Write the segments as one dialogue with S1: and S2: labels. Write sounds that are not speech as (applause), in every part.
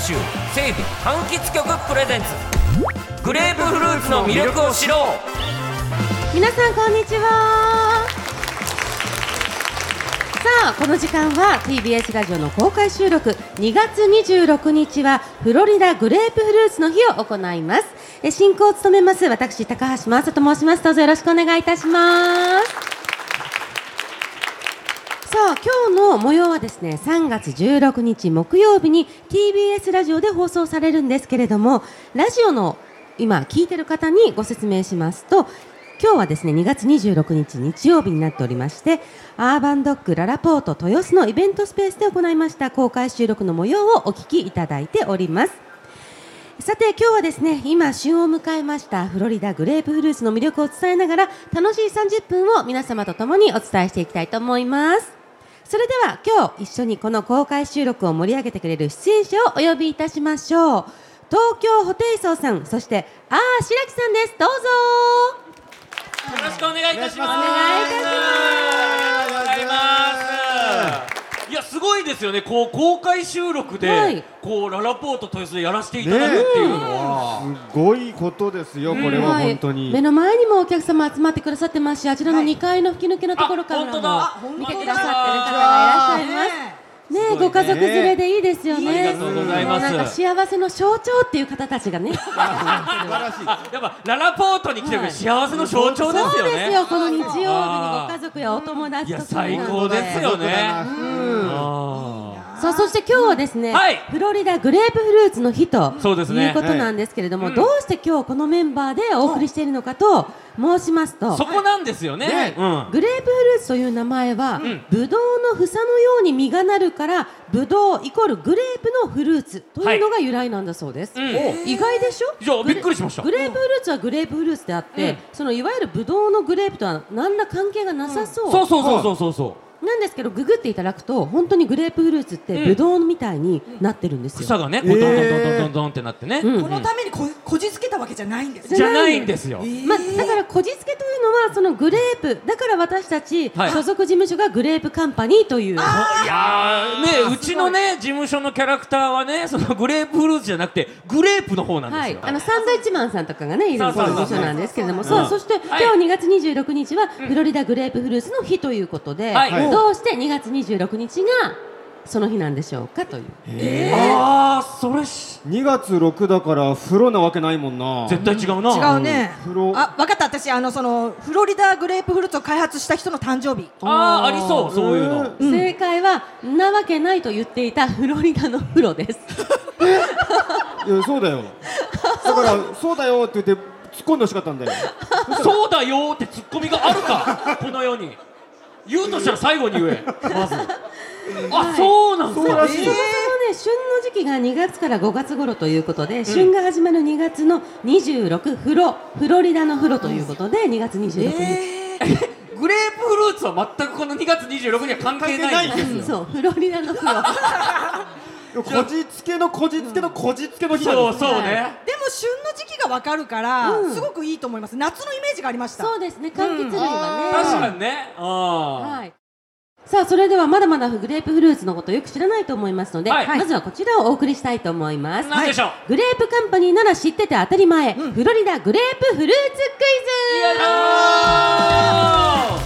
S1: 集整備柑橘局プレゼンツグレープフルーツの魅力を知ろう
S2: 皆さんこんにちはさあこの時間は TBS ラジオの公開収録2月26日はフロリダグレープフルーツの日を行いますえ進行を務めます私高橋真麻と申しますどうぞよろしくお願いいたしますさあ今日の模様はですね3月16日木曜日に TBS ラジオで放送されるんですけれどもラジオの今聞いてる方にご説明しますと今日はですね2月26日日曜日になっておりましてアーバンドッグララポート豊洲のイベントスペースで行いました公開収録の模様をお聞きいただいておりますさて今日はですね今旬を迎えましたフロリダグレープフルーツの魅力を伝えながら楽しい30分を皆様と共にお伝えしていきたいと思いますそれでは今日一緒にこの公開収録を盛り上げてくれる出演者をお呼びいたしましょう東京ホテイソーさんそしてあー白木さんですどうぞ
S1: よろしくお願いいたします
S2: お願いいたし
S1: お願いしますいやすごいですよねこう公開収録で、
S2: はい
S1: こうララポート豊洲でやらせていただくっていうのは、
S3: すごいことですよ、これは本当に。
S2: 目の前にもお客様集まってくださってますしあちらの
S4: はい
S2: 2階の吹き抜けのところから
S1: あ本当だ
S2: も見てくださ
S4: あ
S2: ってる方がいらっしゃいます
S4: ね
S2: ね
S3: す
S2: え
S3: ごいね
S2: ご家族連れでいいですよね
S1: ありがとうございます
S2: なんか幸せの象徴っていう方たちが
S1: (laughs)
S2: ね
S3: 素晴らしい。
S1: やっぱララポートに来てくれ
S2: は
S1: る
S2: い
S1: 幸せの象徴です
S2: そう
S1: よ
S2: です
S1: ね
S2: よこの日曜日にご家族やお友達と
S1: いや
S2: か
S1: 最高ですよね
S3: うん。
S1: あ
S2: さあそして今日はですね、
S1: はい
S2: フロリダグレープフルーツの日と
S1: そうですね
S2: いうことなんですけれども、
S1: はい
S2: どうして今日このメンバーでお送りしているのかと申しますと
S1: ーそこなんですよね
S3: ね
S1: うん
S2: グレープフルーツという名前は、ブドウの房のように実がなるからブドウイコールグレープのフルーツというのが由来なんだそうです、
S1: うん
S2: 意外でしょ
S1: いや
S2: グレ
S1: びっくりしました
S2: グレープフルーツはグレープフルーツであって、
S1: うん
S2: そのいわゆるブドウのグレープとは何ら関係がなさそう、
S1: そうそうそうそうそうそう
S2: なんですけどググっていただくと本当にグレープフルーツって
S1: うん
S2: ブドウみたいになってるんですよ、
S1: 草がねこうどんどんどんどんどんどんってなってね、
S2: うん
S4: このためにここじつけたわけじゃないんですね
S1: じゃないんですよ
S4: えー
S2: まあ、だからこじつけというのはそのグレープだから私たち
S1: はい
S2: 所属事務所がグレープカンパニーという、
S1: いやーねうちのね事務所のキャラクターはねそのグレープフルーツじゃなくてグレープの方なん
S2: は
S1: で
S2: い
S1: す、よ、
S2: あのサンドイッチマンさんとかがねいる
S1: そう
S2: 事
S1: そうそう
S2: 務所なんですけれども、
S4: そう
S2: さ
S1: う
S2: あ
S1: ん
S2: そして
S1: はい
S2: 今日2月26日はフロリダグレープフルーツの日ということで、
S1: はい
S2: どうして2月26日がその日なんでしょうかという。
S1: あーそれし
S3: 2月6だから風呂なわけないもんな。
S1: 絶対違うな
S4: 違うね
S3: うん風呂
S4: あ分かった私あのそのフロリダグレープフルーツを開発した人の誕生日
S1: あーありそうそういう
S2: (laughs)
S1: の、
S2: 正解はんなわけないと言っていたフロリダの風呂 (laughs) です。
S3: いやそうだよ。だからそうだよって言って突っ込んでほしかったんだよ。
S1: そうだよーってツッコミがある
S2: (laughs)
S1: かこの世に言うとしたら最後に言えまずあそうなん
S3: そう
S1: だ
S3: らしい
S2: そもそもね旬の時期が2月から5月頃ということで、旬が始まる2月の26フロフロリダの風呂ということで2月26日、
S1: グレープフルーツは全くこの2月26日には関係ないん
S3: 関係
S1: です
S3: ないんです
S2: そうフロリダの風呂
S3: こじつけのこじつけのこじつけの日なん
S1: そ
S3: だ
S1: うそうね
S4: でも旬の時期が分かるから、
S2: うん
S4: すごくいいと思います夏のイメージがありまし
S2: (laughs)
S4: た
S2: そうですね柑橘類はね、
S1: 確かにねあ
S2: はい。さあそれではまだまだグレープフルーツのことをよく知らないと思いますので、
S1: はい
S2: まずはこちらをお送りしたいと思います。
S1: 何でしょう
S2: はいグレープカンパニーなら知ってて当たり前、フロリダグレープフルーツクイズ。
S1: あ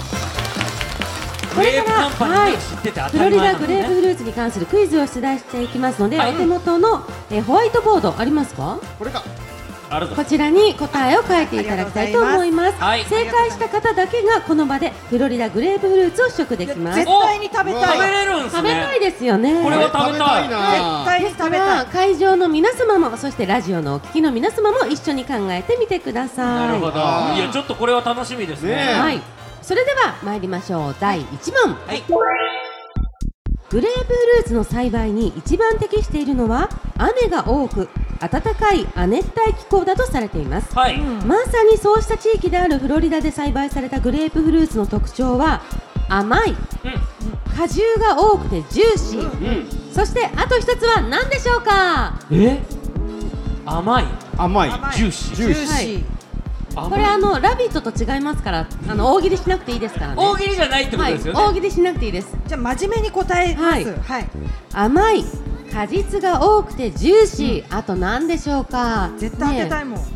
S1: グ
S2: これ
S1: レープ
S2: から
S1: カンパニー知ってて当
S2: フ
S1: た
S2: ロ
S1: り
S2: リ
S1: 前な
S2: ダ
S1: の
S2: グレープ
S1: ね
S2: フルーツに関するクイズを出題していきますので、
S1: はい
S2: お手元の、えーホワイトボードありますか
S3: これか。
S1: あるぞ
S2: こちらに答えを書いていただきたいと思います
S1: ありがとう
S2: 正解した方だけがこの場でフロリダグレープフルーツを試食できます
S4: 絶対に食べ
S1: 食べ
S4: たい
S1: れるんす
S2: 食べた
S1: ね
S2: いですよね
S1: これは食べたい
S4: 絶
S3: な。
S4: 対に
S2: です
S4: 食
S2: か
S4: べた
S2: ら
S4: い
S2: 会場の皆様もそしてラジオのお聞きの皆様も一緒に考えてみてください
S1: なるほど
S3: はい
S1: いやちょっとこれは楽しみです
S3: ねえ
S1: ね
S2: はいそれでは参りましょう第1問、
S1: はい
S2: グレープフルーツの栽培に一番適しているのは雨が多く暖かい亜熱帯気候だとされています
S1: はい
S2: まさにそうした地域であるフロリダで栽培されたグレープフルーツの特徴は甘い、果汁が多くてジューシー、そしてあと一つは何でしょうか
S1: え甘い
S3: 甘い。
S4: 甘い
S1: ジューシー
S3: ジューシー。
S2: はい
S1: 甘い
S2: これあの「ラビット!」と違いますからあの大喜利しなくていいですからね
S1: 大喜利じゃないってこと
S2: はい
S1: ですよね
S2: 大喜利しなくていいです
S4: じゃあ真面目に答えます
S2: はい
S4: はい
S2: 甘い果実が多くてジューシー、あと何でしょうか
S4: 絶対当てた
S2: ね
S4: いもん、
S2: え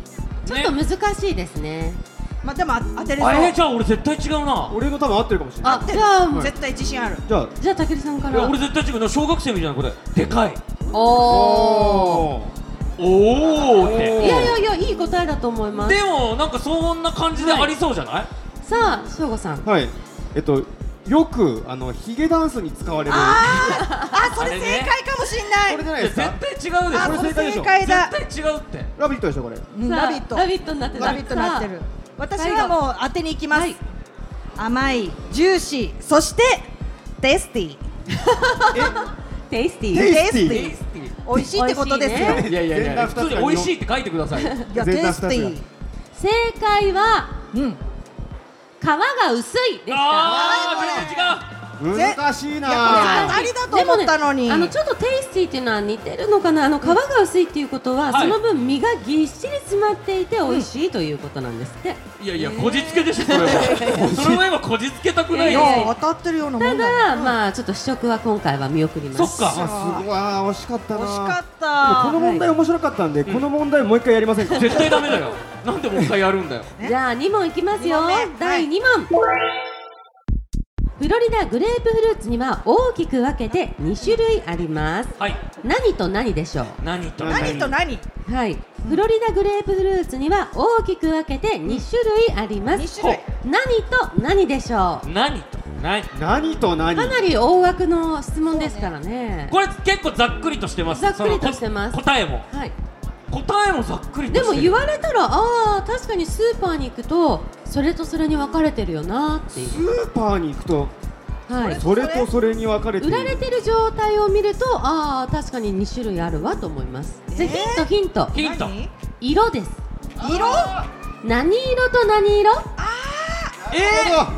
S2: ちょっと難しいですね
S4: まあでもあ当てれそ
S1: あえー
S4: う
S1: じゃあ俺絶対違うな
S3: 俺の多分合ってるかもしれない
S2: あじゃあ、
S4: 絶対自信ある
S3: じゃあ
S2: じゃあたけるさんか
S1: いや
S2: ら
S1: 俺絶対違うな小学生みたいなこれでかい
S2: おお
S1: おーって
S2: いやいやいやいい答えだと思います
S1: でもなんかそんな感じでありそうじゃない
S2: さあしょうごさん
S3: はいえっとよくあのヒゲダンスに使われる
S4: あそれ正解かもしんな
S3: これじ
S4: い
S3: ゃないいで
S1: や
S3: す
S1: 絶
S3: か
S1: 対違うでし
S4: あ
S1: ょ
S3: こ
S4: そ
S3: れ正
S4: れ
S3: 解でし
S4: 正
S3: ょ
S4: 解だ
S1: 絶対違うって
S3: ラビットでしょこれ
S4: うんラビット
S2: さあラビットになってた
S4: ラビットになってる
S2: さ
S4: 私はもう当てに行きます、
S2: はい
S4: 甘いジューシーそしてテイスティー
S2: あテイスティ
S3: テイ
S2: ー
S3: スティー
S4: テイスティー美味しいってことですよ、
S2: 美味し
S1: いやいやい
S3: 全然
S1: や
S3: 二つ
S1: 普
S3: が
S1: 通に美味しいって書いてください
S4: いや
S3: 全
S4: テ
S3: 然
S4: イスティー
S2: 正解は
S4: うん
S2: 皮が薄いでした
S1: あー
S3: 難しいなあ
S4: あ当たりだと思ったのに、
S2: でもね、あのちょっとテイスティーっていうのは似てるのかなあの皮が薄いっていうことは、
S1: はい
S2: その分身がぎっしり詰まっていて美味しいということなんですって、
S1: 違ういやいやこじつけでしょそれはそれは今こじつけたくない
S4: い
S1: よ
S4: や当たってるようなも
S2: た
S4: んだ
S2: だ、まあちょっと試食は今回は見送ります
S1: そっか
S3: すごいあー惜しかったな
S4: 惜しかっ
S3: でもこ
S4: た
S3: の問題面白かったんで、この問題もう一回やりませんか
S1: 絶対ダメだよなんでもう一回やるんだよ
S2: じゃあ2問いきますよ
S4: 二問目
S2: 第2問、フロリダグレープフルーツには大きく分けて2種類あります
S1: はい
S2: 何と何でしょ
S1: 何と
S4: 何と何
S2: うはいフロリダグレープフルーツには大きく分けて2種類あります
S4: 2種類
S2: 何と何でしょう
S1: 何と何
S3: 何と何
S2: かなり大枠の質問ですからね
S1: これ結構ざっくりとしてます
S2: ざっくりとしてます
S1: そのこ答えも
S2: はい、
S1: 答えもざっくりと
S2: で
S1: して
S2: も
S1: る
S2: 言われたらああ確かにスーパーに行くとそれとそれに分かれてるよなってい
S3: スーパーに行くと
S2: う、はい、
S3: それとそれに分かれてい
S2: 売
S3: る
S2: られてる状態を見るとああ確かに2種類あるわと思います、じゃあヒントヒ
S1: ヒ
S2: ント
S1: ント
S4: 何
S2: 色です
S4: 色
S2: 何色と何色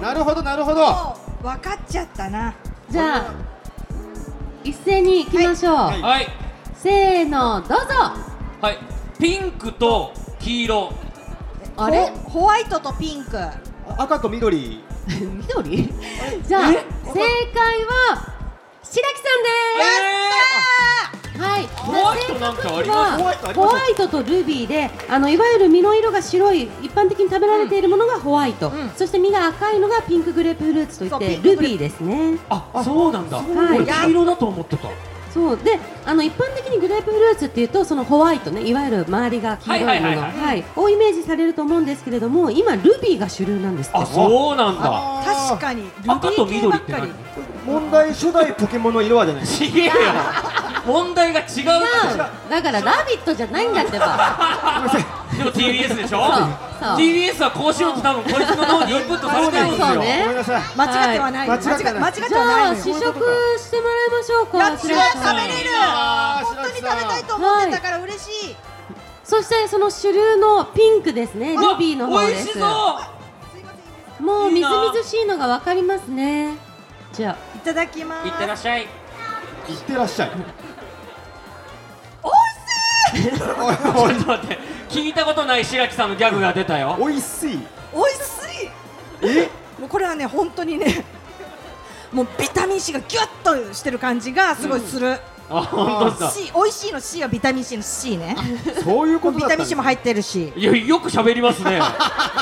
S3: なるほどなるほどなるほど
S4: もう分かっちゃったな
S2: じゃあ一斉に行きましょう、
S3: い
S1: はい
S2: せーのどうぞ
S1: はいピンクと黄色
S2: あれ
S4: ホホワイトとピンク
S3: 赤と緑
S2: (laughs) 緑じゃあ正解は白木さんですはい、
S1: ホワイトなんかあります
S3: ホワイトあります
S2: ホワイトとルビーで、あのいわゆる身の色が白い、一般的に食べられているものがホワイト、
S4: ん
S2: そして身が赤いのがピンクグレープフルーツとい
S4: そう
S2: って
S4: ピンク
S2: ル
S4: グレープ
S2: ビーですね。
S1: あそうなんだ
S2: はい
S1: 俺黄色だと思ってた
S2: そうで、あの一般的にグレープフルーツっていうとそのホワイトね、いわゆる周りが黄色いも
S1: はい
S2: の、
S1: はいはいは
S2: はい、をイメージされると思うんですけれども、今ルビーが主流なんですって。
S1: あそうなんだ
S4: 確かにルビー
S1: 赤と緑って
S4: 系ばっ
S1: 何
S4: かり
S3: 問題初代ポケモンの色はじゃない
S1: ちげえよ問題が違うって
S2: 違うだからラビットじゃないんだってば。
S1: でも TBS でしょ
S2: そう
S1: TBS はこうしようと多分こいつの脳にインプットされてるんです
S2: そ
S1: よ
S2: うね
S3: ごめんなさい
S4: 間違ってはない
S3: はい
S4: 間違って間違って
S2: じ
S4: は
S2: ゃ
S4: な
S2: あ
S4: いの
S2: 試
S4: よ
S2: 食してもらいましょう
S4: や
S2: か。
S4: っ
S2: 白
S4: ち
S2: 木
S4: ゃ
S2: さん
S4: 食べれる
S3: あー
S4: 本当に食べ
S3: 白木さん
S4: たいと思ってたから嬉しい
S2: そしてその主流のピンクですね、ルビーの方
S1: 美
S2: で
S1: 味し
S2: す。
S1: そう
S2: もう
S1: いい
S2: みず
S1: な
S2: みずしいのがわかりますね。じゃ
S4: いただきます
S1: いってらっし (laughs) ゃい
S3: いってらっしゃい
S1: ちょっと待って聞いたことない白木さんのギャグが出たよ
S3: おいしい
S4: 美味しい
S3: え
S4: もうこれはね本当にね (laughs) もうビタミン C がギュッとしてる感じがすごいする、
S1: あ本当だ
S4: C 美味しいの C はビタミン C の C ね
S3: そういうこと
S4: ビ
S3: だった
S4: タ
S3: んで
S4: ミン
S3: す
S4: C も入ってるし
S1: いやよく喋りますね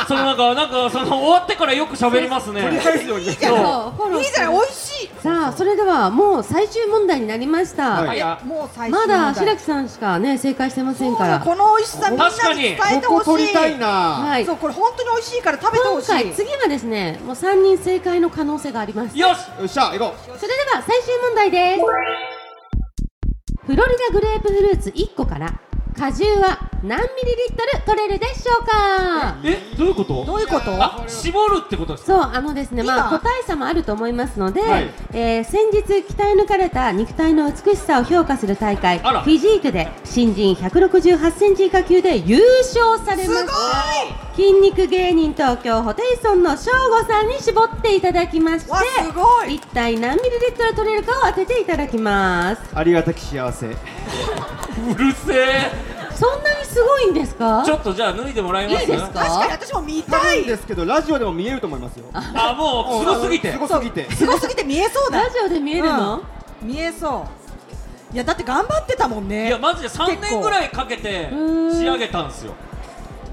S1: そのなんかなんかその終わってからよく喋りますね
S3: 取り返すように
S4: いいじ
S2: あ、
S4: ゃ
S1: そう
S2: そ
S4: んい
S2: うフォロー
S4: い
S2: して
S4: じゃない美味しい
S2: さあ、それではもう最終問題になりました。
S3: はい
S1: や
S4: もう最
S2: ま
S4: 初
S2: だ白木さんしかね、正解してませんから。
S4: この美味しさみんなに
S1: 確かに
S4: 伝えて
S3: こ
S4: ほ
S3: こ取
S4: し
S3: り
S4: い
S3: たいな
S2: は
S3: はい
S4: そ。うこれ本当に美味しいから食べてほ
S2: 今
S4: し
S2: 回、
S4: い
S2: 次はですね、もう3人正解の可能性があります。
S1: よし
S3: よっしゃ行こう
S2: それでは最終問題ですフロリダグレープフルーツ1個から果汁は何ミリリットル取れるでしょうか
S1: えどういうこと
S4: どういうこと
S1: あ絞るってことです
S2: そうあのですねまあ個
S4: 今
S2: 体差もあると思いますので、
S3: はい
S2: えー先日鍛え抜かれた肉体の美しさを評価する大会フ
S1: あら
S2: ィジークで新人168センチ以下級で優勝され
S4: す
S2: ま
S4: ご
S2: し
S4: い
S2: た筋肉芸人東京ホテイソンの翔吾さんに絞っていただきまして
S4: わすごい
S2: 一体何ミリリットル取れるかを当てていただきます
S3: ありがたき幸せ
S1: うるせえ
S2: そんなにすごいんですか
S1: ちょっとじゃあ脱いでもらえます
S2: いいですか
S4: 確かに私も見
S3: 多
S4: たい
S3: 分ですけどラジオでも見えると思いますよ
S1: あもうすごすぎて
S3: すごすぎて
S4: すごすぎて見えそうだ
S2: ラジオで見えるの、
S4: 見えそいやだって頑張ってたもんね
S1: いやマジで3
S4: 結
S1: 年
S4: 構
S1: ぐらいかけて
S2: ーん
S1: 仕上げたんですよ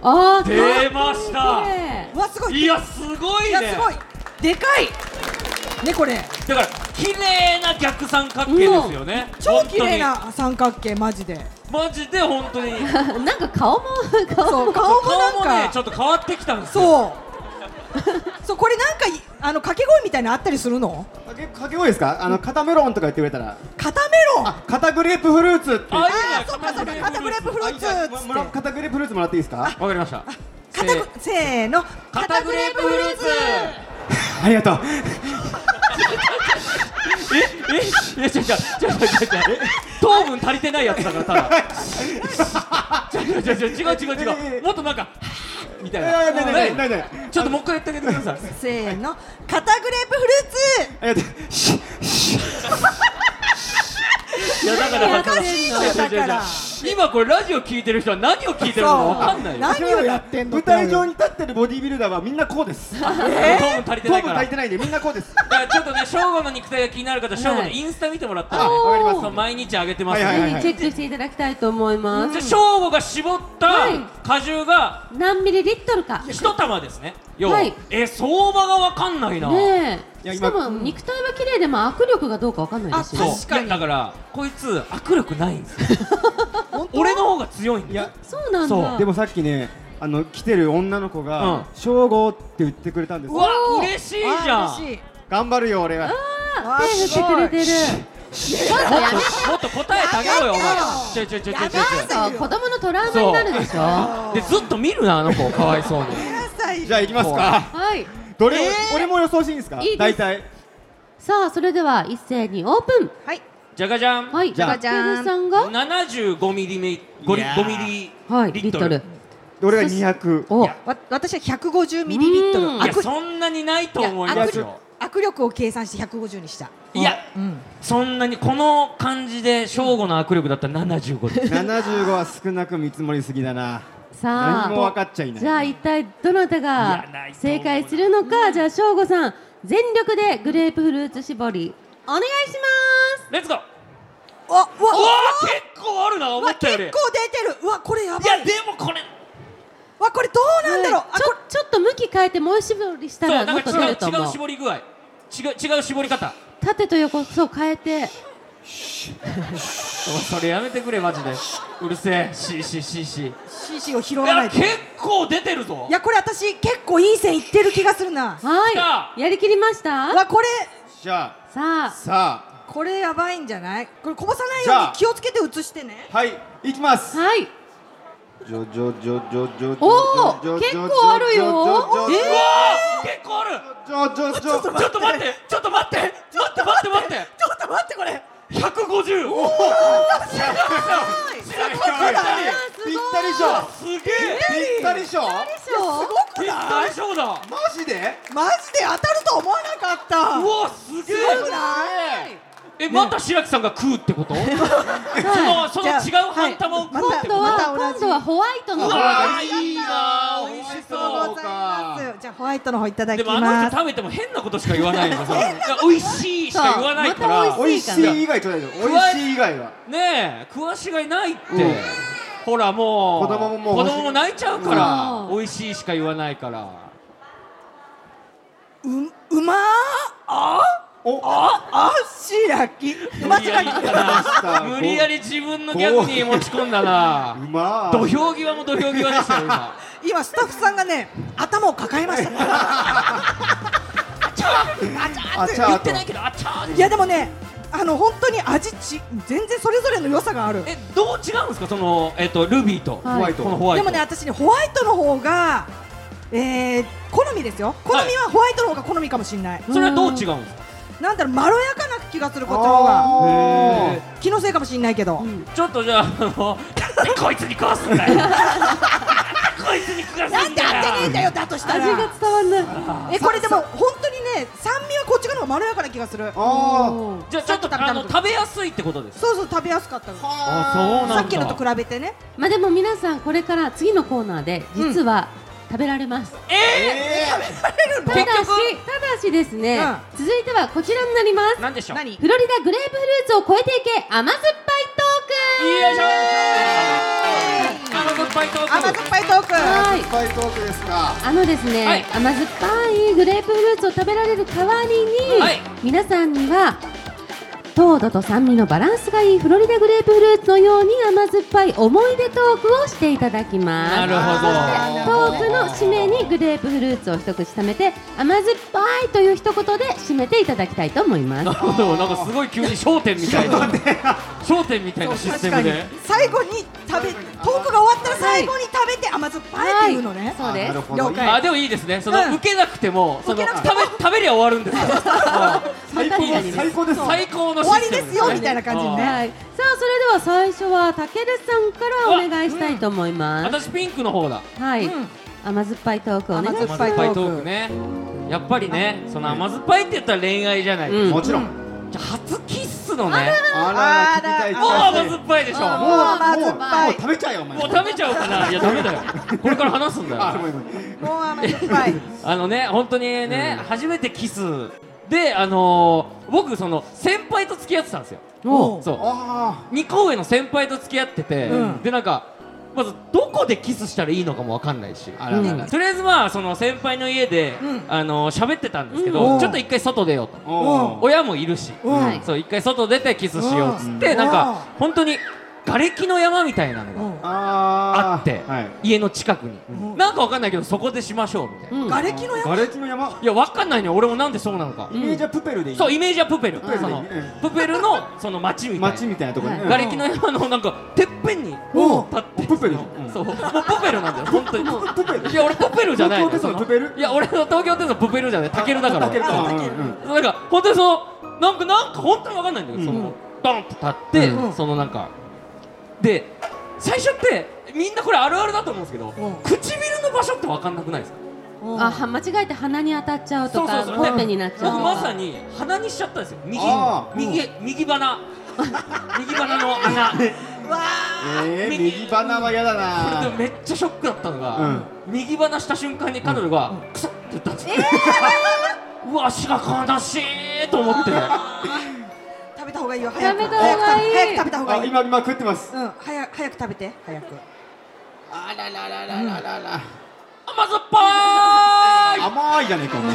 S2: あー
S1: 出ました
S2: かっこいいう
S4: わすごい
S1: いやすごい
S4: い
S1: ね
S4: やすごいでかいねこれ
S1: だから綺麗な逆三角形ですよね、
S4: 超綺麗な三角形マジで
S1: 本当にマジで本当に
S2: (laughs) なんか顔も顔
S4: そう
S2: も
S4: 顔もなん
S1: 顔もね
S4: か
S1: ちょっと変わってきたんですよ
S4: そうそうこれなんかいあの掛け声みたいなのあったりするの
S3: かけかけ声ですかあの肩メロンとか言ってくれたら
S4: 片メロンあ
S3: あ肩グレープフルーツって
S1: あ
S4: あーそっかそっか
S1: 肩
S4: 片
S1: グ
S4: グ
S1: レ
S4: レ
S1: ー
S4: ー
S1: プフ
S4: プフ
S1: ルー
S4: ルー
S1: ツ
S4: ツっつ
S3: もら
S4: って
S3: 肩グレープフルーツもらっていいですか
S1: わかりました
S4: 片
S1: せ
S4: グ
S1: ー
S4: せーの
S1: 肩グレープフルーツ
S3: ありがとう
S1: ええいやちょちょちょちょちょちょえ糖分足りてないやつだからただちょちょちょ違う違う違うもっとなんかみたい
S3: いやいや
S1: な
S3: ないないないない
S1: ちょっともう一回言ってあげてください
S4: せーの片グレープフル
S3: ありが
S4: ーツ
S3: とうしし
S1: いやだから
S4: おかしいのよだから
S1: 今これラジオ聞いてる人は何を聞いてるのかわかんないよ
S4: 何をやってんの
S3: 舞台上に立ってるボディービルダーはみんなこうです
S1: 糖分足りてな
S3: 糖
S1: いか
S3: 分
S1: ら
S3: 足りてないんでみんなこうです
S1: だからちょっとね正午の肉体が気になる方正午のインスタ見てもらったらね
S3: あわかります
S1: その毎日上げてますんで
S3: はいはいはい
S2: ぜひチェックしていただきたいと思います
S1: じゃあ正午が絞った
S2: はい
S1: 果汁が
S2: 何ミリリットルかね
S1: 一玉ですね要
S2: は
S1: はいえ相場がわかんないな
S3: や
S2: え
S3: 今
S2: しかも肉体は綺麗でも握力がどうかわかんないです
S1: そう
S2: よ
S4: 確かに
S1: いやだからこいつ握力ないんですよ
S4: 本当
S1: 俺の方が強いん
S3: い
S1: だよ
S3: や
S2: そうなん
S1: そ
S2: だ
S1: う
S3: でもさっきねあの来てる女の子
S1: うん
S3: が「正午」って言ってくれたんです
S1: うわ
S2: おー
S1: 嬉しいじゃん
S4: あー
S1: も
S4: 嬉しい
S3: 頑張るよ俺は
S4: わー
S2: 手振ってくれてる
S1: っと答えてあげろよお前
S4: やめろ
S1: ちょいちょいちょいちょい
S4: や
S1: ちょ
S4: め
S1: い
S4: な
S1: ちょい
S2: そう子供のトラウマになるでしょは
S1: でずっと見るなあの子かわいそうに
S3: じゃあ行きますか
S2: い
S3: どれ俺も予想していいですか
S2: いいです
S3: 大体
S2: さあそれでは一斉にオープン
S4: はい
S1: じゃがじゃん
S2: はい
S3: じゃあ
S2: ペグさんが
S1: 75ミリメ5リ
S3: いやー
S1: 5ミリ
S2: はい
S1: リ
S2: リ
S1: ッ
S2: ッ
S1: ト
S2: ト
S1: ル
S2: ル
S3: 俺が200
S2: お
S4: わ私は150ミリリットル
S2: うん
S1: いや
S4: 握
S1: そんなにないと思い
S4: いや
S1: ますよ
S4: 握力を計算して150にした
S1: いや
S4: うん
S1: そんなにこの感じで正午の握力だったら75です (laughs)
S3: 75は少なく見積もりすぎだな
S2: さあ
S3: 何も分かっちゃいない
S2: じゃあ一体どなたが
S1: いやないと思う
S2: 正解するのかじゃあ翔吾さん全力でグレープフルーツ絞りお願いします
S1: レッツゴー
S4: あわ
S1: お
S4: わ
S1: お結構あるな
S4: う
S1: 思
S4: わ
S1: っ
S4: 結
S1: た
S4: 構
S1: より
S4: 出てるうわこれやば
S1: いや
S4: い
S1: でもこれ
S4: わこれどうなんだろうあ
S2: ちょ
S4: こ
S2: ちょっと向き変えてもう一絞りした
S1: そう
S2: ら
S1: な
S2: も
S1: ん
S2: っと
S1: か
S2: 出
S1: 違う
S2: ると
S1: 違う
S2: 思う
S1: 絞り具合違う違う絞り方
S2: 縦と横そう変えて
S1: おいそれやめてくれマジでうるせえしーしーしーしー
S4: れ CC を拾わ
S1: い
S4: な
S1: や
S4: いと
S1: 結構出てるぞ
S4: いやこれ私結構いい線いってる気がするな
S1: きた
S2: はいやりきりました
S4: うわこれ
S3: じゃ
S2: さ
S3: あ
S2: あ
S3: さ
S4: これやばいんじゃないこれこぼさない
S3: じゃ
S4: よう
S3: あ
S4: に気をつけて写してね
S3: あはい行きます
S2: はい
S3: じょじょじょじょじょ
S2: おー結構ある
S3: え
S1: う
S2: よ
S1: わー結構ある
S3: じょじょじょ
S1: ちょっと待ってちょっと待って待って待って待って (laughs)
S4: ちょっと待ってこれ
S1: 百五十。
S3: ぴったり賞
S1: すげえ。
S3: ぴったり賞
S1: ぴったり賞だ。
S3: マジで
S4: マジで当たると思わなかった
S1: うわすげえ。
S4: くない
S1: えまた白木さんが食うってこと？そのその違
S4: じゃあ
S1: う半玉を食うって
S2: 今
S1: こ
S2: 度は
S4: また同じ
S2: 今度はホワイト
S1: と？
S2: の
S1: う
S2: 方
S1: わ
S2: が
S1: ーいいなー美味し
S4: そう
S1: そ
S4: ご
S1: う。
S4: ざいますじゃあホワイトの方いただ
S1: で
S4: き
S1: もあの
S4: ま
S1: 人
S4: す
S1: 食べても変なことしか言わないんですよ。いや美味しいしか言わないか
S2: そうま
S1: ら
S2: た。
S3: 美味しい以外ちょうだいよ美味しい以外は
S1: ねえ食わしがいないって
S3: うん。
S1: ほらもう
S3: 子供ももう
S1: 子
S3: 欲しい
S1: 供も泣いちゃうから
S2: うん
S1: 美味しいしか言わないから。
S4: ううまーあ
S3: お
S4: ああ白木うま
S1: 無理やり
S4: 白木
S1: だな (laughs) 無理やり自分のギャグに持ち込んだな
S3: うまー
S1: 土俵際も土俵際でしたよ今
S4: 今スタッフさんがね頭を抱えましたね
S3: あちゃ
S1: 言
S3: ー
S1: っ
S3: と
S1: てないけどあちゃー
S4: いやでもねあの本当に味ち全然それぞれの良さがある
S1: えどう違うんですかそのえっとルビーと
S2: は
S3: ホワ
S2: い
S3: イ
S1: この
S3: ト
S1: ホワイ
S4: で
S1: ト
S4: もね私ねホワイトの方がえー、好みですよ好みはホワイトの方が好みかもしれない、
S1: それはどう違うんですか
S4: なんだろうまろやかな気がするこっちの方が
S3: あー
S1: へ
S4: 気のせいかもしれないけど、
S1: ちょっとじゃああの (laughs) なんでこいつに食わすんだよ (laughs) なんでこいつに食わ
S4: な
S1: す
S4: ん
S1: ん
S4: で
S1: だよ
S4: 合ってねえんだよだとした
S2: 味が
S4: ら
S2: 伝わんない
S4: えこれでも本当にね酸味はこっち側の方がまろやかな気がする
S3: あ
S1: じゃあちょっと
S4: さっき食べ
S1: あ
S4: た
S1: の
S4: のと
S1: 食べやすいってことです
S4: そうそう食べやすかったです
S1: あそう
S4: さっきのと比べてね
S2: まあでも皆さんこれから次のコーナーで実は食べられます
S3: え
S2: ただしただしですね、
S4: う
S2: 続いてはこちらになります
S1: なんでしょう
S4: 何
S2: フロリダグレープフルーツを超えていけ甘酸っぱい
S1: よいし
S2: トーク
S1: ょ甘酸っぱいトーク
S4: 甘酸っぱいトーク
S2: は
S5: ス
S2: い
S5: パイトークですか
S2: あのですね、
S1: はい
S2: 甘酸っぱいグレープフルーツを食べられる代わりに、
S1: はい
S2: 皆さんには糖度と酸味のバランスがいいフロリダグレープフルーツのように甘酸っぱい思い出トークをしていただきます
S1: なるほ
S5: ほ
S2: トークの締めにグレープフルーツを一口貯めて甘酸っぱいという一言で締めていただきたいと思います
S1: どなるほどなんかすごい急に商店みたいな商店みたいなシステムで
S4: 最後に食べトークが終わったら最後に食べて甘酸っぱいっていうのね、
S2: そうです
S5: なるほ
S4: 了
S5: ど
S4: 解
S1: あでもいいですねその、
S4: うん
S1: 受けなくてもその
S4: 受けなくて
S1: 食べ食べりゃ終わるん
S4: (laughs)
S1: ですから
S2: また
S1: いい
S2: ね
S1: です
S3: 最高です
S1: 最高の
S4: 終
S1: シ
S4: わ
S1: ス
S4: り
S1: テ
S4: で
S1: ム
S4: すよみたいな感じにね
S2: はい、さあそれでは最初はたけるさんからお願いしたいと思い
S1: あ
S2: ます、
S1: 私ピンクの方だ
S2: はい、
S4: うん
S2: 甘酸っぱいトークをお願いしま
S4: 甘
S1: 甘
S2: す
S4: ぱ
S1: 酸
S4: い
S1: っぱ
S4: トーク
S1: いトークねやっぱりねその甘酸っぱいって言ったら恋愛じゃない、
S2: うん
S5: もちろん
S1: じゃあ初キッスのね
S5: あらら聞きたい
S1: もう甘酸っぱいでしょ
S2: あ
S1: も
S5: も
S4: ぱい
S5: うもう
S4: 甘酸っぱい
S5: もう食べちゃえよお前
S1: うもう食べちゃおうかないやダメだよこれから話すんだよ
S5: あごめんごめん
S4: もう甘酸っぱい
S1: あのね、本当にね、初めてキスで、あのー、僕その先輩と付き合ってたんですよ。
S4: おう
S1: そう、
S5: あ
S1: 二個上の先輩と付き合ってて、
S4: うん
S1: でなんか。まずどこでキスしたらいいのかもわかんないし、
S5: ああららら
S1: とりあえずまあその先輩の家で、
S4: うん
S1: あのー、喋ってたんですけ
S5: う
S1: ど、
S5: ん
S1: ちょっと一回外出ようと。
S5: お
S1: 親もいるし、
S4: うん
S2: はい
S1: そう一回外出てキスしようっつって、
S4: うん
S1: なん
S4: うん
S1: か本当に瓦礫の山みたいなのが。
S4: うん
S5: あ
S1: あって、
S5: はい
S1: 家の近くに、
S4: うん
S1: なんかわかんないけどそこでしましょうみたいな、
S2: うん
S4: 瓦礫の山
S5: 瓦礫の山
S1: いやわかんないね俺もなんでそうなのか、
S5: イメージはプペルでいい
S1: そうイメージはプペル
S5: プペル
S1: そ
S5: でいい
S1: の
S5: ね
S1: プペルのその町みたい
S5: 街
S1: な
S5: みたいなとこね
S2: はい
S1: 瓦礫の山のなんかてっぺんに立
S5: おう
S1: って
S5: プペルうん
S1: そうもうプペルなんだよ本当に
S5: プペル
S1: いや俺プペルじゃない
S5: 東京
S1: そ
S5: 鉄道
S1: の
S5: プペル
S1: いや俺の東京鉄道プペルじゃないタケルだから
S5: 叩ける
S1: 俺
S5: かうん
S4: あ叩ける
S5: うん
S1: なんか本当にそのなんかなんか本当にわかんないんだけど、
S5: うん
S1: そのドンと立って、
S4: うん
S1: そのなんかで最初ってみんなこれあるあるだと思うんですけど
S4: うん
S1: 唇の場所ってわかんなくないですか
S4: うん
S2: あは間違えて鼻に当たっちゃうとか
S1: そうそうそう
S2: ほっぺになっちゃ
S1: 僕
S2: うと
S1: まさ
S2: か
S1: に鼻にしちゃったんですよ右
S5: あー
S1: 右右鼻右鼻の鼻こ
S4: わ
S5: えー右鼻は嫌だ
S1: れで
S5: な
S1: めっちゃショックだったのが、
S5: うん
S1: 右鼻した瞬間に彼女が「クソッ」って言ったんですよ、 (laughs) うわ足が悲しいと思って
S4: ー食べた方がいいよ早く
S2: 食べた方がいい
S4: 早く食べた方
S5: あ
S4: がいい
S5: 今今食ってます
S4: うん早く早く食べて早く
S5: あららららららら
S1: 甘酸っぱーい
S5: 甘いじゃねえかお前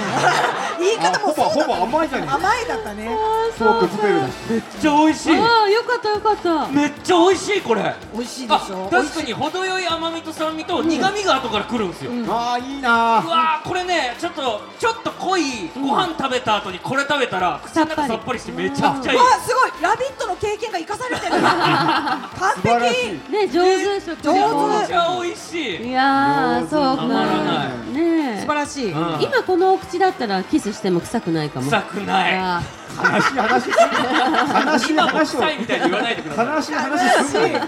S4: 言い
S5: あ
S4: 方
S5: ほ
S4: も
S5: ぼ
S4: そう
S5: ほ
S4: だ
S5: ぼ甘いじゃねえか
S4: 甘いだったね
S5: フォークプペルだ
S1: めっちゃ美味しい
S2: ああよかったよかった
S1: めっちゃ美味しいこれあ
S4: 美味しいでしょ
S1: 確かに程よい甘みと酸味と苦味が後から来るんですよ、う
S5: ああいいなー
S1: わーこれねちょっとちょっと濃いご飯食べた後にこれ食べたら口の中さっぱりしてめちゃくちゃいい
S4: わあすごいラビットの経験が生かされ
S1: (laughs)
S4: てる完
S5: 素晴らし
S4: 璧
S5: い
S2: ね上手食リポ
S1: めっちゃ美味し
S2: い
S1: い
S2: やー
S5: 上手
S2: そう
S1: たまら
S2: か
S1: ない
S2: ねえ
S4: 素晴らしい
S1: うん
S2: 今このお口だったらキスしても臭くないかも
S1: 臭くない
S2: あ
S5: 悲しい話する悲しい
S1: 今も
S5: 話を
S1: 臭いみたいに言わないでください
S5: 悲しい話するな
S1: は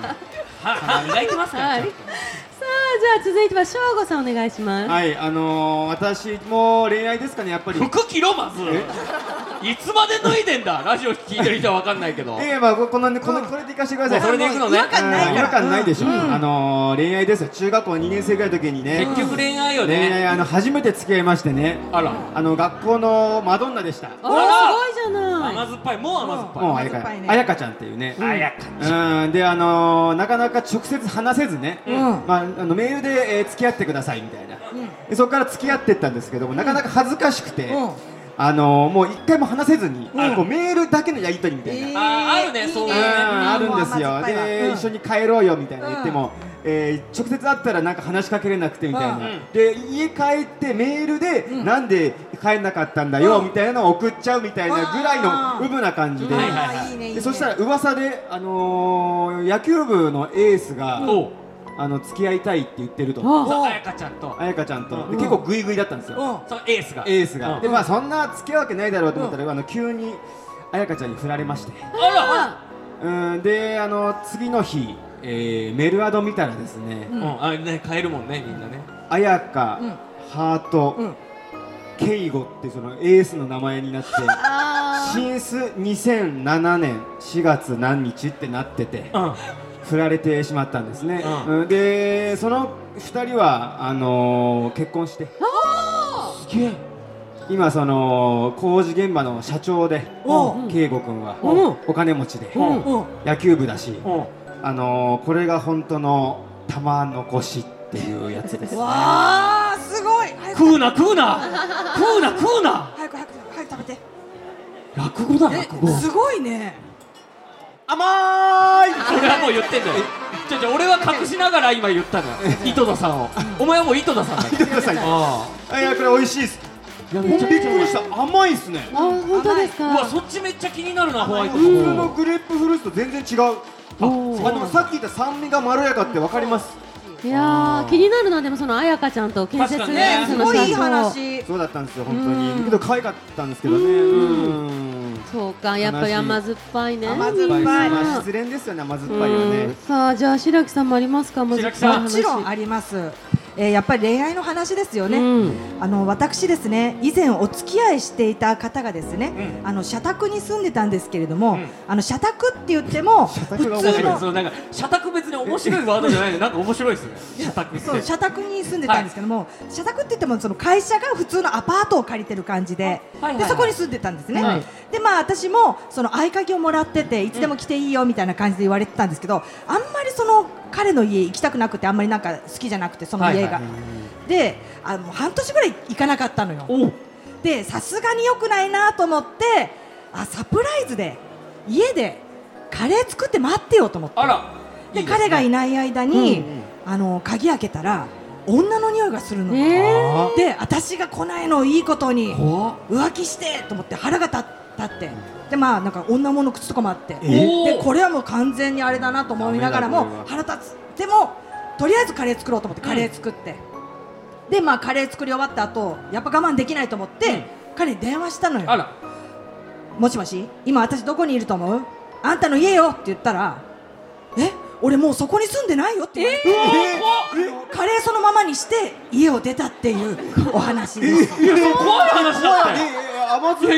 S1: 歯磨いてます
S2: ー
S1: か
S2: は
S1: らちゃんと
S2: いさあじゃあ続いてはしょうごさんお願いします
S5: はいあのー、私も恋愛ですかねやっぱり
S1: 服着ろまずいつまで脱いでんだラジオ聞いてる人は分かんないけど
S5: ええまあここのこのこれで行かせてください
S1: これで行くのね
S4: 違和感ないから
S5: 違和感ないでしょ、あのー、恋愛ですよ中学校2年生ぐらいの時にね
S1: 結局恋愛よ
S5: 恋愛
S1: ね
S5: あの初めて付き合いましてね
S1: あら
S5: あの学校のマドンナでした
S2: あ
S1: わ
S2: ーすごいじゃな
S1: 甘
S2: い
S1: 酸っぱいもう甘酸っ
S5: もう
S1: ぱ
S5: あ
S1: い
S5: や
S4: 酸っ
S5: か
S4: ぱいね
S5: あやかちゃんっていうね
S1: あやか
S5: うんであのー、なかなか直接話せずね、
S4: ん
S5: まあ、あのメールで、えー付き合ってくださいみたいな、でそこから付き合ってったんですけどもなかなか恥ずかしくて、
S4: うん
S5: あのー、もう一回も話せずに、
S1: うん
S5: こうメールだけのやり取りみたいな、
S4: えー
S1: ああるねそう
S5: うん
S1: ね
S5: あるんです
S4: もう
S5: よ
S4: 甘酸っぱいわ
S5: で、
S4: うん
S5: 一緒に帰ろうよみたいな言っても、えー直接会ったらなんか話しかけれなくてみたいな、
S4: うん
S5: で家帰ってメールで、なんで帰んなかったんだよみたいなのを送っちゃうみたいなぐらいの
S4: うん
S5: うぶな感じで,、
S1: うんはいはい
S4: あーいいねいい
S5: で
S4: ね
S5: そしたら噂で、あのー野球部のエースが、
S1: おう
S5: あの付き合いたいって言ってると
S2: あ
S1: さあやかちゃんと
S5: 彩香ちゃんと、で結構グイグイだったんですよ、
S4: うん
S1: そのエースが
S5: エースが、
S1: うん
S5: でまあそんな付き合うわけないだろうと思ったら、あの急に彩香ちゃんに振られまして。
S1: あ
S5: うんであの次の日、えーメルアド見たらですね
S1: らうんあね買えるもんねみんなね
S5: 「あやか
S4: うん」
S5: 「ハート」
S4: うん
S5: ケイゴ」ってそのエースの名前になって「
S2: あ
S5: 新ス2007年4月何日」ってなってて
S1: うん
S5: 振られてしまったんですね、
S1: う
S5: うんでその2人はあのー結婚して
S1: すげえ
S5: 今その工事現場の社長で
S4: お
S5: 圭吾君は
S2: うん
S5: お金持ちで
S1: うん
S4: お
S5: 野球部だし
S1: うん
S5: あのーこれが本当の玉残しっていうやつで
S1: (laughs)
S5: す
S4: わあすごい早く
S1: 食うな食うな食うな食うな
S4: 早く早く早く食べて
S1: 落語だ落語
S4: えすごいね
S5: 甘ーい
S1: 俺はもう言ってんだよじゃじゃ俺は隠しながら今言ったのよ井戸田さんをお前はもう井戸田さんだから
S5: ください
S1: あ
S5: あいやこれ美味しいです
S1: あいや
S5: び
S1: め
S5: っ
S1: ちゃ
S5: く
S1: めちゃう
S5: りした甘いっすね
S2: あ、本当です
S1: わ
S2: か。
S1: そっちめっちゃ気になるなホワイト
S5: 普通の
S1: の
S5: グレープフルーツと全然違う
S1: 方
S5: あのさっき言った酸味がまろやかってわかります
S2: いやー、気になるのはでもその彩香ちゃんと建設
S1: 確かに
S4: ね
S1: ね
S2: そ
S4: す
S2: の
S4: ごいいい
S2: 社長。
S4: 話
S5: そうだったんですよ本当
S2: うん
S5: にけど可愛かったんですけどね
S2: うん
S5: うん
S2: そうか、やっぱり甘酸っぱいね。
S4: 甘酸っぱい
S5: まあ失恋ですよね甘酸っぱいよ
S2: うん
S5: ね
S2: さあ、じゃあ白木さんもありますか。甘酸っぱい話
S4: もちろんあります、えーやっぱり恋愛の話ですよね、
S2: うん
S4: あの私ですね以前お付き合いしていた方がですね、あの社宅に住んでたんですけれども、
S1: うん
S4: あの社宅って言っても普
S5: 宅が面
S4: 通
S5: 白い
S4: の
S1: そうなんか社宅別に面白いワードじゃないのなんか面白いですね社宅って
S4: そう社宅に住んでたんですけども、社宅って言ってもその会社が普通のアパートを借りてる感じで,、
S1: あはいはいはい
S4: でそこに住んでたんですね、
S1: はい
S4: でまあ私もその合鍵をもらってていつでも来ていいよみたいな感じで言われてたんですけど、あんまりその彼の家行きたくなくてあんまりなんか好きじゃなくてその家が、
S1: はいはい
S4: であの半年ぐらい行かなかったのよ
S1: お
S4: でさすがに良くないなと思ってあサプライズで家でカレー作って待ってよと思って
S1: あら
S4: で彼がい
S1: い
S4: ない間に、あの鍵開けたら女の匂いがするの、
S2: ねえ
S5: あ
S4: で私が来ないのをいいことに
S1: 怖っ
S4: 浮気してと思って腹が立ったってでまあなんか女物の靴とかもあって
S1: お
S4: で
S1: ー
S4: これはもう完全にあれだなと思いながら
S5: ダメだこ
S4: も腹立つでもとりあえずカレー作ろうと思ってカレー作って、でまあカレー作り終わった後やっぱ我慢できないと思って、
S1: うん
S4: 彼に電話したのよ
S1: あら
S4: もしもし今私どこにいると思うあんたの家よって言ったらえ俺もうそこに住んでないよって言われて、あのカレーそのままにして家を出たっていうお話です
S1: いやそう怖い話だった
S5: え
S1: よ
S5: え甘酸っぱい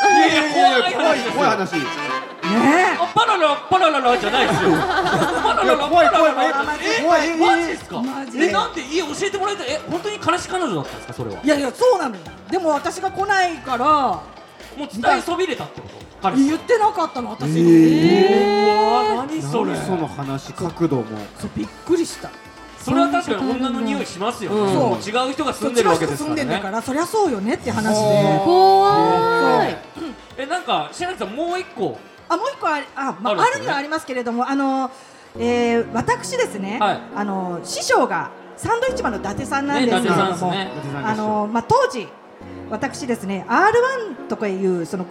S1: いやいや
S5: ええええいやいやいや
S4: 甘酸っ
S1: 怖
S5: 怖
S1: い
S5: い
S1: 話
S5: 怖い話。い
S4: ぱいね
S1: あパララパラララじゃないですよパララ
S5: や
S1: ラ
S5: 怖い
S1: パ
S5: 怖
S1: ラ
S5: い怖い
S1: ララ
S5: え怖い。え
S1: マジですか
S4: マジ
S1: えなんで家教えてもらえたえ本当に彼氏彼女だったんですかそれはい
S4: やいやそうなのよでも私が来ないから
S1: もう伝えそびれたってこと彼氏
S4: 言ってなかったの私、
S1: うわ何それ
S5: 何その話角度も。
S4: そうびっくりした
S1: それは確かに女の匂いしますよね、
S2: うん
S1: もう違う人が
S4: そ
S1: 住
S4: っ
S1: ん
S4: ち
S1: でる
S4: の
S1: わけ
S4: 人
S1: です
S4: 住
S1: か
S4: んで
S1: ら
S4: んだ
S1: ね
S4: からそりゃそうよねって話
S5: あ
S4: で
S5: ー
S2: 怖い。
S1: えなんか白木さんもう一個
S4: あもう一個ありあ,、まあ、
S1: あるんですね
S4: あるにはありますけれどもあの、えー、私ですね、
S1: はい
S4: あの師匠がサンドイッチマンの伊達さんな
S1: ね伊
S4: んですけ
S1: 達さん
S4: れど
S1: です
S4: も、
S1: ね
S4: あのまあ、当時私ですね R1 とかいうその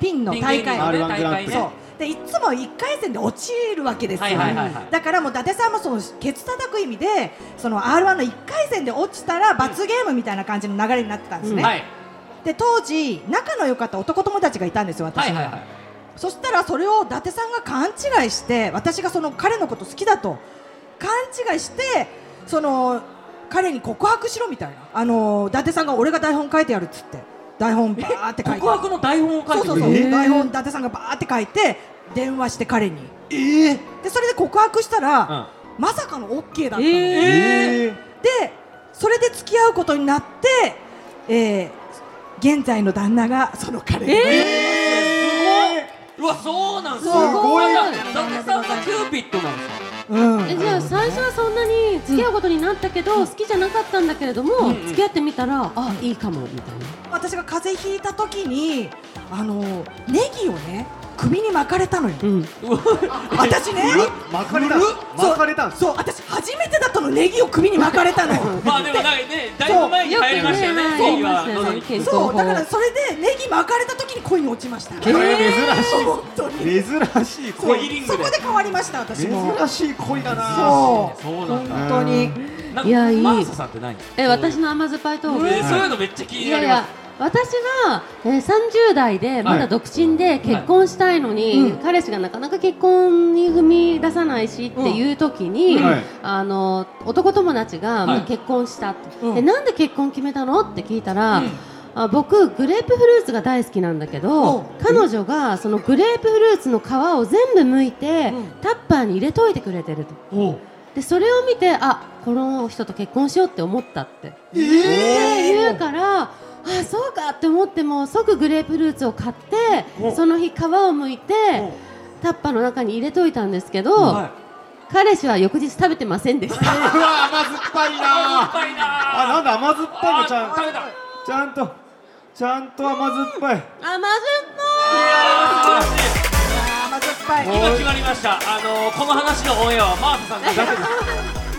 S4: ピンの大
S1: ピン芸人
S4: 会
S1: のね大
S5: R1
S1: 会
S5: グランプリ
S1: ね
S4: そうでいつも1回戦で落ちるわけですよ、
S1: はいはいはいはい
S4: だからもう伊達さんもそのケツ叩く意味でその r 1の1回戦で落ちたら罰ゲームみたいな感じの流れになってたんですね、
S1: はい
S4: で当時仲の良かった男友達がいたんですよ私
S1: はい
S4: の
S1: はいはい
S4: そしたらそれを伊達さんが勘違いして私がその彼のこと好きだと勘違いしてその彼に告白しろみたいなあの伊達さんが俺が台本書いてやるっつって台本バーって書いて
S1: 告白の台本を書い
S4: そ
S1: て
S4: う
S1: くれ
S4: そう
S1: る
S4: そう、
S5: えー
S4: 台本伊達さんがバーって書いて電話して彼に
S5: ええ。
S4: でそれで告白した
S1: う
S4: ら、
S1: ん
S4: まさかの OK だったの、
S2: えー
S5: ええ。
S4: でそれで付き合うことになって、えー現在の旦那がその彼に、
S1: うわそうなんす
S5: すごい
S1: だって伊達さんがキューピッドなんですか
S4: うん
S2: えじゃあ最初はそんなに付き合うことになったけど、好きじゃなかったんだけれども、
S1: うんうん
S2: 付き合ってみたらあいいかもみたいな
S4: 私が風邪ひいた時にあのネギをね首に巻かれたのよ、
S2: うん
S4: (laughs) 私ね
S5: まかれた。まかれたんです。
S4: そう私初めてだったのネギを首に巻かれたの
S1: まあでもなんかねだいぶ前に入りましたよね
S2: そう
S1: 次は
S2: よくね
S1: 喉
S2: はい
S1: に
S2: 健康
S4: そうだか
S2: 法
S4: らそれでネギ巻かれた時に恋に落ちました
S5: えー
S4: 本当に
S5: 珍しい。珍しい
S1: こう
S5: 恋。
S1: リリング
S4: そ
S1: で
S4: こで変わりました私も
S5: 珍しい恋だな。
S4: そう
S1: そうなんだ
S4: 本当に
S1: なんか
S2: いやいい
S1: マーサさんってない
S2: え私
S1: の
S2: の甘酸っぱいトーク、
S1: えーそういうのめっちゃ気
S2: い
S1: にな
S2: や
S1: り
S2: い
S1: ま
S2: や
S1: す
S2: 私が、えー、30代でまだ独身で結婚したいのに、
S4: はいうん
S2: 彼氏がなかなか結婚に踏み出さないしっていう時に、
S5: うんはい
S2: あの男友達
S1: は
S2: が、
S1: い
S2: もう結婚したって、
S4: うん
S2: でなんで結婚決めたのって聞いたら、
S1: うん
S2: あ僕グレープフルーツが大好きなんだけ
S4: おう
S2: ど彼女がそのグレープフルーツの皮を全部剥いて、
S4: うん
S2: タッパーに入れといてくれてると
S1: お
S2: でそれを見てあこの人と結婚しようって思ったって
S5: ええ
S2: 言うからあそうかって思ってもう即グレープフルーツを買ってその日皮を剥いてタッパーの中に入れといたんですけど、
S5: はい
S2: 彼氏は翌日食べてません
S1: (laughs)
S2: でした
S5: うわ甘酸っぱいな
S1: ぱいな
S5: あなんだ甘酸っぱいのちゃん
S1: 食べた
S5: ちゃんとちゃんと甘酸っぱい
S2: 甘酸っ
S1: あー素晴らしい
S4: あー甘酸っぱい
S1: 今決まりました。あのーこの話のオンエアはマーサさんがだけです。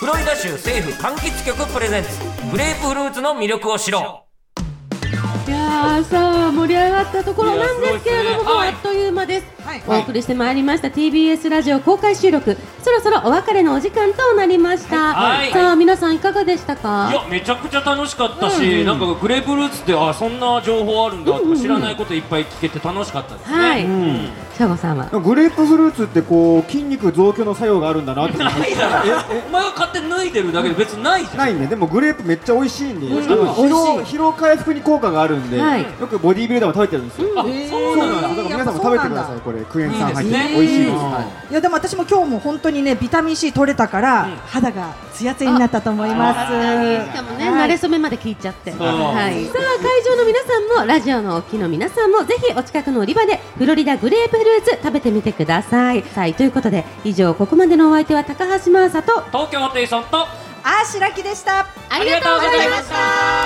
S6: フロリダ州政府柑橘局プレゼンツグレープフルーツの魅力を知ろ
S2: ぱいいやーさあ盛り上がったところなんですけれども、
S1: いやすごいですねはい
S2: もうあっという間です、
S4: はい
S2: お送りしてまいりました TBS ラジオ公開収録そろそろお別れのお時間となりました、
S1: はい
S2: さあ皆さんいかがでしたか
S1: いやめちゃくちゃ楽しかったし、なんかグレープフルーツってあそんな情報あるんだとか知らないこといっぱい聞けて楽しかったですね。
S2: はい、
S5: うん
S2: 翔吾さんは
S5: グレープフルーツってこう筋肉増強の作用があるんだなって思いま
S1: な
S5: し
S1: いだろ。お前が勝手に脱いでるだけで別にないじゃん。
S5: たないねでもグレープめっちゃ美味しいんで、
S1: うん
S5: あの
S1: 美
S5: 疲労疲労回復に効果があるんで、
S2: はい
S5: よくボディービルダーも食べてるんですよ、
S1: あそうなんだ。
S5: だから皆さんも食べてくださいこれクエン酸入
S1: い
S5: って
S1: いですね
S5: 美味しいです、
S1: うん
S5: はい
S4: いやでも私も今日も本当にねビタミン C 取れたから、
S1: うん
S4: 肌がツヤツヤになったと思います。
S2: しかもね、
S4: はい
S2: 慣れ初めまで聞いちゃって、
S1: う
S2: はい、さあ会場の皆さんもラジオのお聞きの皆さんもぜひお近くの売り場でフロリダグレープフルーツ食べてみてください。はい、ということで以上ここまでのお相手は高橋真麻と
S1: 東京ホテイソンと
S4: あー白木でした。
S2: ありがとうございました。